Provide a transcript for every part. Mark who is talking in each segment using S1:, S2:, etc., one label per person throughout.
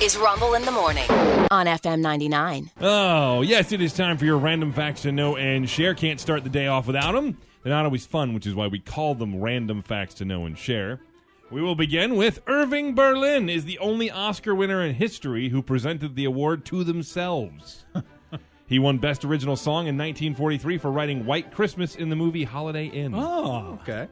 S1: is Rumble in the Morning on FM 99.
S2: Oh, yes, it is time for your random facts to know and share. Can't start the day off without them. They're not always fun, which is why we call them random facts to know and share. We will begin with Irving Berlin is the only Oscar winner in history who presented the award to themselves. he won Best Original Song in 1943 for writing White Christmas in the movie Holiday Inn.
S3: Oh,
S4: Okay.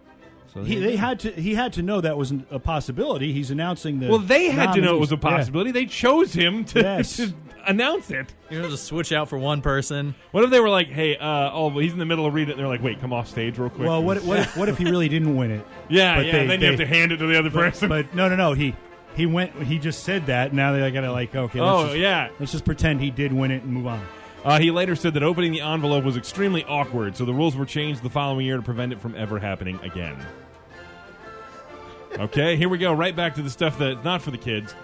S2: So
S3: he,
S2: there
S3: they
S2: you go.
S3: had to. He had to know that was a possibility. He's announcing the.
S2: well, they had to know it was a
S3: nominees. Yeah.
S2: possibility. They chose him to,
S3: Yes.
S2: to announce it.
S4: You know, just switch out for one person.
S2: What if they were like, "Hey, uh, oh, well, he's in the middle of reading," it, and they're like, "Wait, come off stage real quick."
S3: Well, what, what, if, what if he really didn't win it?
S2: Yeah,
S3: But
S2: yeah.
S3: they-
S2: and then you
S3: they-
S2: have to hand it to the other person.
S3: But no, no, no. He he went. He just said that. Now they gotta like okay. Let's
S2: oh
S3: just,
S2: yeah.
S3: Let's just pretend he did win it and move on.
S2: Uh, he later said that opening the envelope was extremely awkward, so the rules were changed the following year to prevent it from ever happening again. Okay, here we go. Right back to the stuff that's not for the kids.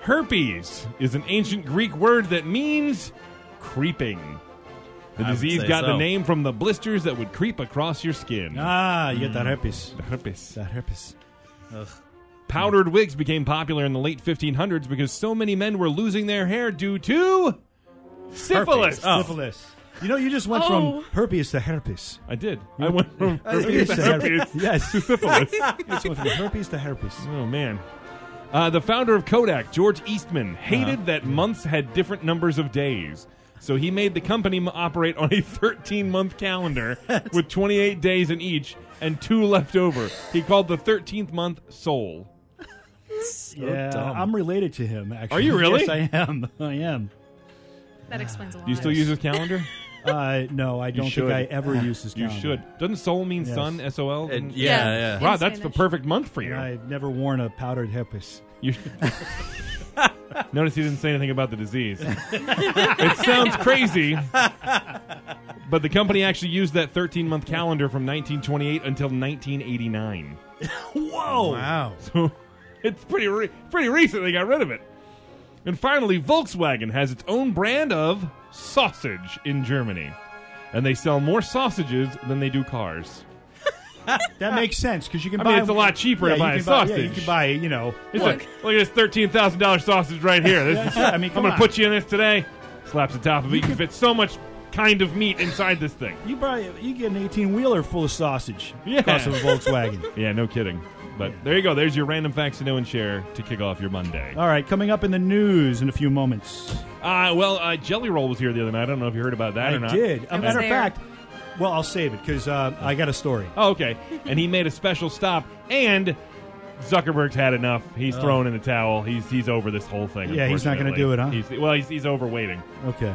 S2: Herpes is an ancient Greek word that means creeping. The
S4: I would
S2: disease
S4: say
S2: got the
S4: so.
S2: name from the blisters that would creep across your skin.
S3: Ah, you get that herpes.
S2: Herpes.
S3: That herpes.
S2: Powdered wigs became popular in the late 1500s because so many men were losing their hair due to syphilis.
S4: Oh.
S3: Syphilis. You know, you just went
S1: Oh.
S3: from herpes to herpes.
S2: I did. I went from
S3: Herpes
S2: herpes
S3: to
S2: to
S3: herpes.
S2: herpes.
S3: Yes.
S2: to syphilis.
S3: You just went from herpes to herpes.
S2: oh man. Uh, the founder of Kodak, George Eastman, hated that months had different numbers of days. So he made the company m- operate on a 13 month calendar with 28 days in each and two left over. He called the 13th month Soul.
S3: yeah,
S4: dumb.
S3: I'm related to him. Actually,
S2: Are you really?
S3: Yes, I am. I am.
S5: That explains a lot.
S2: Do you still use his calendar?
S3: Uh, no, I don't
S2: should.
S3: think I ever use this.
S2: You
S3: condom.
S2: should. Doesn't Soul mean
S3: Um, Yes.
S2: sun? S O L? Mm.
S4: And yeah,
S5: Yeah.
S4: yeah.
S2: Wow,
S5: In
S2: that's the
S5: Spanish.
S2: perfect month for you.
S3: And I've never worn a powdered herpes.
S2: You- Notice he didn't say anything about the disease. it sounds crazy, but the company actually used that 13 month calendar from 1928 until 1989.
S3: Whoa!
S4: Wow.
S2: So it's pretty re- pretty recent they got rid of it. And finally, Volkswagen has its own brand of sausage in Germany, and they sell more sausages than they do cars.
S3: That makes sense because you can
S2: I
S3: buy.
S2: mean, it's a lot cheaper
S3: yeah,
S2: to buy
S3: you
S2: a
S3: can buy-
S2: sausage.
S3: yeah, you can buy, you know,
S2: It's
S3: look,
S2: like, look at this thirteen thousand dollars sausage right here. This is-
S3: I
S2: I'm
S3: mean, come
S2: going to
S3: on.
S2: put you in this today. Slaps the top of it. You can fit so much kind of meat inside this thing.
S3: You buy, you get an eighteen wheeler full of sausage.
S2: Yeah.
S3: cost of a Volkswagen.
S2: Yeah, no kidding. But there you go. There's your random facts to know and share to kick off your Monday.
S3: All right, coming up in the news in a few moments.
S2: Uh, well, uh, Jelly Roll was here the other night. I don't know if you heard about that or
S3: I
S2: not.
S3: did. A
S5: was
S3: matter of
S5: there.
S3: fact, well, I'll save it because uh, I got a story.
S2: Oh, okay. and he made a special stop. And Zuckerberg's had enough. He's thrown in the towel. Oh. He's he's over this whole thing.
S3: Yeah, he's not gonna
S2: going to
S3: do it, huh?
S2: He's, well, he's, he's over waiting.
S3: Okay.